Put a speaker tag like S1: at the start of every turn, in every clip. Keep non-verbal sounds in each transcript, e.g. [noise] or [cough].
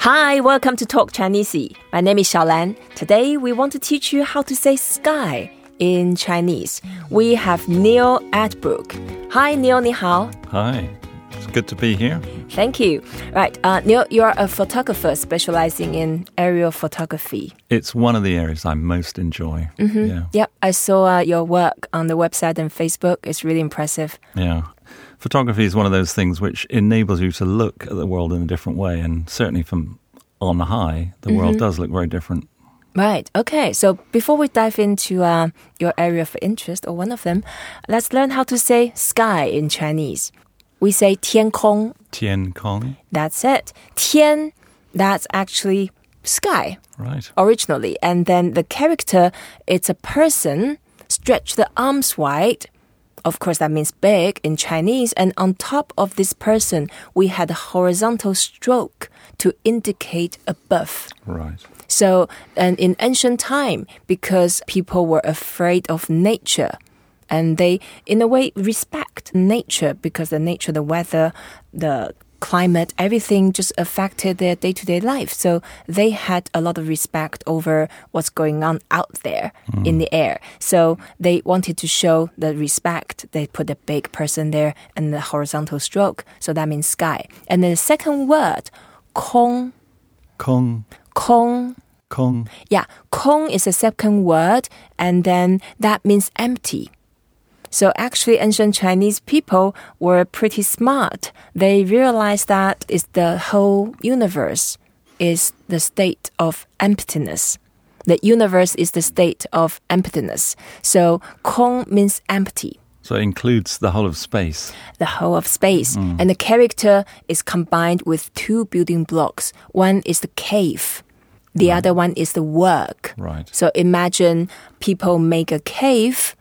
S1: Hi, welcome to Talk Chinese. My name is Xiaolan. Today we want to teach you how to say sky in Chinese. We have Neil Atbrook. Hi Neil, 你好.
S2: Hi, it's good to be here.
S1: Thank you. Right, uh, Neil, you're a photographer specializing in aerial photography.
S2: It's one of the areas I most enjoy. Mm-hmm. Yeah,
S1: Yep, I saw uh, your work on the website and Facebook. It's really impressive.
S2: yeah. Photography is one of those things which enables you to look at the world in a different way, and certainly from on high, the world does look very different.
S1: Right. Okay. So before we dive into uh, your area of interest or one of them, let's learn how to say sky in Chinese. We say 天空.
S2: Tien Kong,
S1: That's it. 天, that's actually sky
S2: right?
S1: originally. And then the character, it's a person, stretch the arms wide. Of course, that means big in Chinese. And on top of this person, we had a horizontal stroke to indicate above.
S2: Right.
S1: So, and in ancient time, because people were afraid of nature, and they, in a way, respect nature because the nature, the weather, the climate, everything just affected their day to day life. So they had a lot of respect over what's going on out there in the air. So they wanted to show the respect. They put a big person there and the horizontal stroke. So that means sky. And then the second word, kong,
S2: Kong,
S1: kong.
S2: Kong,
S1: Yeah, kong is the second word, and then that means empty. So actually, ancient Chinese people were pretty smart. They realized that is the whole universe is the state of emptiness. The universe is the state of emptiness. So kong means empty
S2: so it includes the whole of space.
S1: the whole of space. And the character is combined with two building blocks. One is the cave, the other one is the work.
S2: Right.
S1: So imagine people make a cave.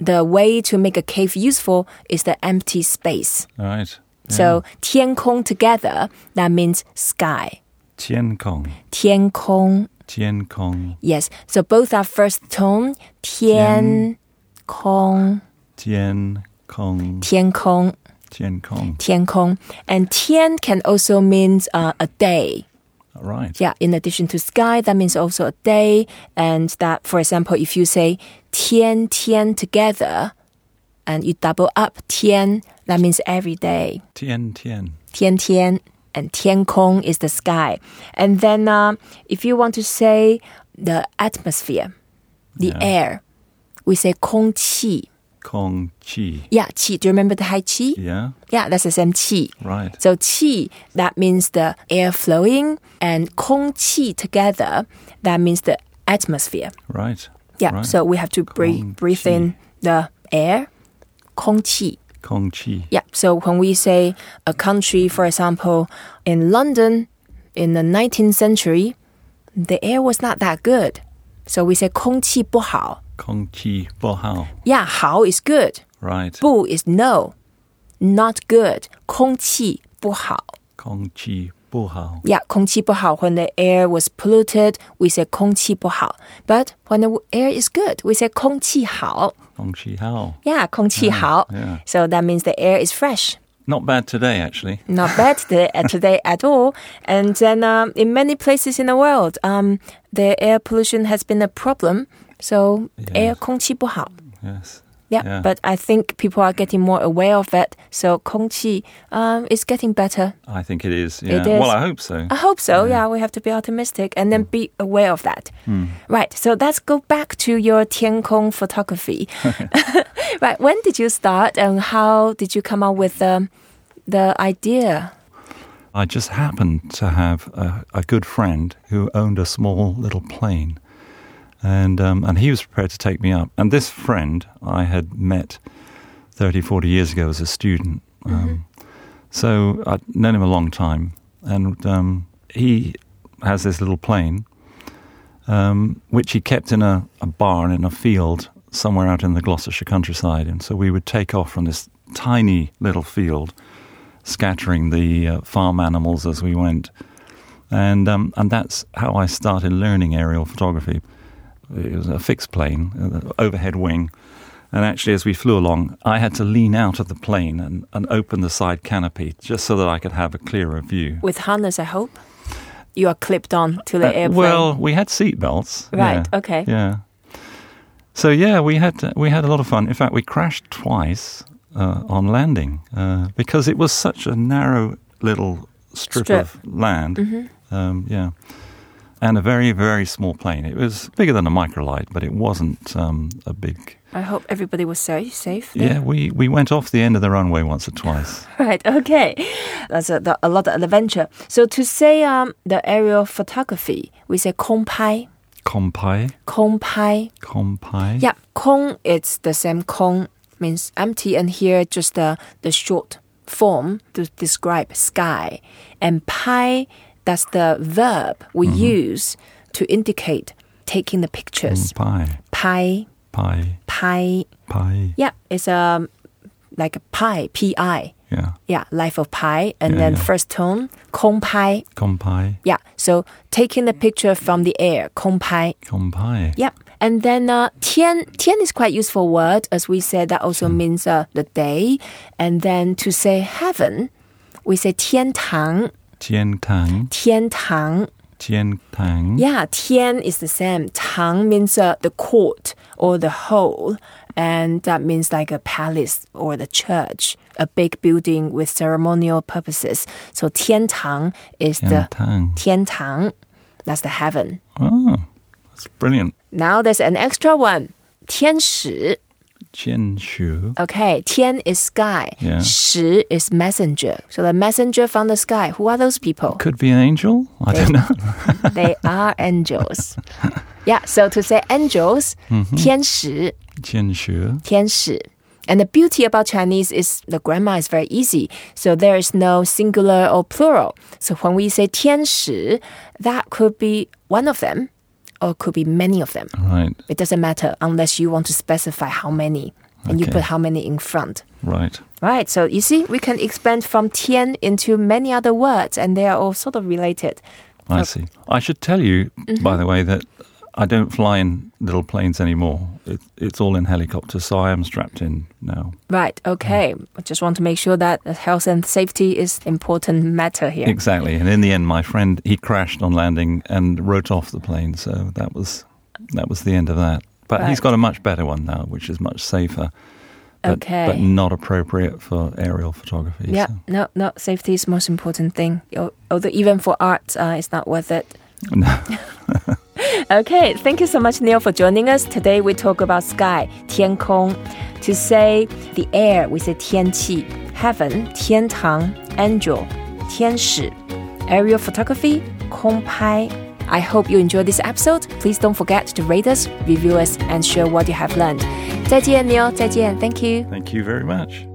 S1: The way to make a cave useful is the empty space.
S2: All right.
S1: So 天空 together, that means sky.
S2: Tien Kong,
S1: 天空,
S2: Tien Kong,
S1: yes. So both are first tone. 天空,
S2: Tien Kong,
S1: 天空.
S2: Tien Kong.
S1: 天空. And 天 can also mean uh, a day.
S2: Right.
S1: Yeah, in addition to sky, that means also a day. And that, for example, if you say 天天 together and you double up 天, that means every day.
S2: Tien Tien.
S1: 天天 and 天空 is the sky. And then uh, if you want to say the atmosphere, the
S2: Yeah.
S1: air, we say 空气.
S2: Kong Chi.
S1: Yeah, 气. Do you remember the high qi?
S2: Yeah.
S1: Yeah, that's the same 气.
S2: Right.
S1: So qi, that means the air flowing, and kong qi together, that means the atmosphere.
S2: Right.
S1: Yeah,
S2: Right.
S1: so we have to breathe,
S2: Kong
S1: breathe
S2: qi.
S1: in the air, kong qi.
S2: Kong Chi.
S1: Yeah, so when we say a country, for example, in London in the 19th century, the air was not that good. So we say 空气不好.
S2: Kong Chi Bo Hao.
S1: Yeah, 好 is good.
S2: Right.
S1: 不 is no. Not good. 空气不好.
S2: Kong Chi Bo Hao.
S1: Yeah, 空气不好. When the air was polluted, we say 空气不好. But when the air is good, we say 空气好.
S2: Kong Chi Hao.
S1: Yeah, 空气好.
S2: yeah.
S1: So that means the air is fresh.
S2: Not bad today, actually.
S1: Not bad [laughs] today, uh, today at all. And then um, in many places in the world, um, the air pollution has been a problem. So air 空气不好.
S2: Yes.
S1: Yeah,
S2: Yeah.
S1: but I think people are getting more aware of it. So 空气 um, is getting better.
S2: I think it is. Yeah.
S1: is.
S2: Well, I hope so.
S1: I hope so. Yeah, we have to be optimistic and then be aware of that.
S2: Hmm.
S1: Right. So let's go back to your Tiankong
S2: [laughs]
S1: photography. [laughs] right. When did you start and how did you come up with um, the idea?
S2: I just happened to have a, a good friend who owned a small little plane, and um, and he was prepared to take me up. And this friend I had met 30, 40 years ago as a student, um, so I'd known him a long time, and um, he has this little plane, um, which he kept in a, a barn in a field somewhere out in the Gloucestershire countryside, and so we would take off from this tiny little field scattering the uh, farm animals as we went. And, um, and that's how I started learning aerial photography. It was a fixed plane, uh, overhead wing. And actually, as we flew along, I had to lean out of the plane and, and open the side canopy just so that I could have a clearer view.
S1: With harness, I hope. you are clipped on to the
S2: Uh,
S1: airplane.
S2: Well, we had seat belts.
S1: right.
S2: Yeah.
S1: Okay.
S2: Yeah. So yeah, we had we had a lot of fun. In fact, we crashed twice uh, on landing uh, because it was such a narrow little strip,
S1: Strip.
S2: of land.
S1: hmm
S2: Um, yeah, and a very very small plane. It was bigger than a microlight, but it wasn't um, a big.
S1: I hope everybody was safe. Safe.
S2: Yeah. we we went off the end of the runway once or twice.
S1: [laughs] Right. Okay. That's a, the- a lot of adventure. So to say um, the aerial photography, we say kongpai.
S2: Kompai,
S1: Kongpai.
S2: kompai.
S1: Yeah. Kong. It's the same. Kong means empty, and here just the the short form to describe sky. And pai. That's the verb we
S2: Mm-hmm.
S1: use to indicate taking the
S2: Mm-hmm.
S1: pictures.
S2: Kompai,
S1: Pai.
S2: pai,
S1: Pai.
S2: pai.
S1: Yeah. It's um like a pi. P I.
S2: Yeah,
S1: Yeah, life of pi, and
S2: Yeah,
S1: then
S2: yeah.
S1: first tone, kong pai.
S2: kompai,
S1: Yeah, so taking the picture from the air, kong pai.
S2: kompai.
S1: Yep. And then uh, tian tian is quite useful word as we said that also means uh, the day. And then to say heaven, we say tian tang,
S2: Tian tang,
S1: tian tang.
S2: tian tang.
S1: Yeah, tian is the same. Tang means uh, the court or the hall, and that means like a palace or the church, a big building with ceremonial purposes. So tian tang is the
S2: Tian tang.
S1: tian tang, that's the heaven.
S2: Oh, that's brilliant.
S1: Now there's an extra one, tian shi.
S2: Qian Shu.
S1: Okay, tian is sky,
S2: Yeah.
S1: shi is messenger. So the messenger from the sky. Who are those
S2: [laughs]
S1: people?
S2: Could be an angel. I
S1: [laughs]
S2: don't know.
S1: they are
S2: [laughs]
S1: angels. Yeah, so to say angels,
S2: Mm-hmm.
S1: tian shi.
S2: Qian Shu.
S1: 天使. And the beauty about Chinese is the grammar is very easy. So there is no singular or plural. So when we say 天使, that could be one of them or could be many of them.
S2: Right,
S1: It doesn't matter unless you want to specify how many and you
S2: Okay.
S1: put how many in front.
S2: right.
S1: Right, so you see, we can expand from 天 into many other words and they are all sort of related. Oh.
S2: I see. I should tell you, by
S1: Mm-hmm.
S2: the way, that I don't fly in little planes anymore. It, it's all in helicopters, so I am strapped in now.
S1: Right, okay. I just want to make sure that health and safety is important matter here.
S2: Exactly. And in the end, my friend he crashed on landing and wrote off the plane. So that was that was the end of that. But he's
S1: Right.
S2: got a much better one now, which is much safer. But,
S1: Okay.
S2: but not appropriate for aerial photography.
S1: Yeah,
S2: so.
S1: no, no. Safety is most important thing. Al- Although even for art, uh, it's not worth it.
S2: No.
S1: [laughs] Okay, thank you so much, Neil, for joining us today. We talk about sky, 天空. To say the air, we say 天气. Heaven, 天堂. Angel, 天使. Aerial photography, 空拍. I hope you enjoyed this episode. Please don't forget to rate us, review us, and share what you have learned. 再见，Neil. 再见. Thank you.
S2: Thank you very much.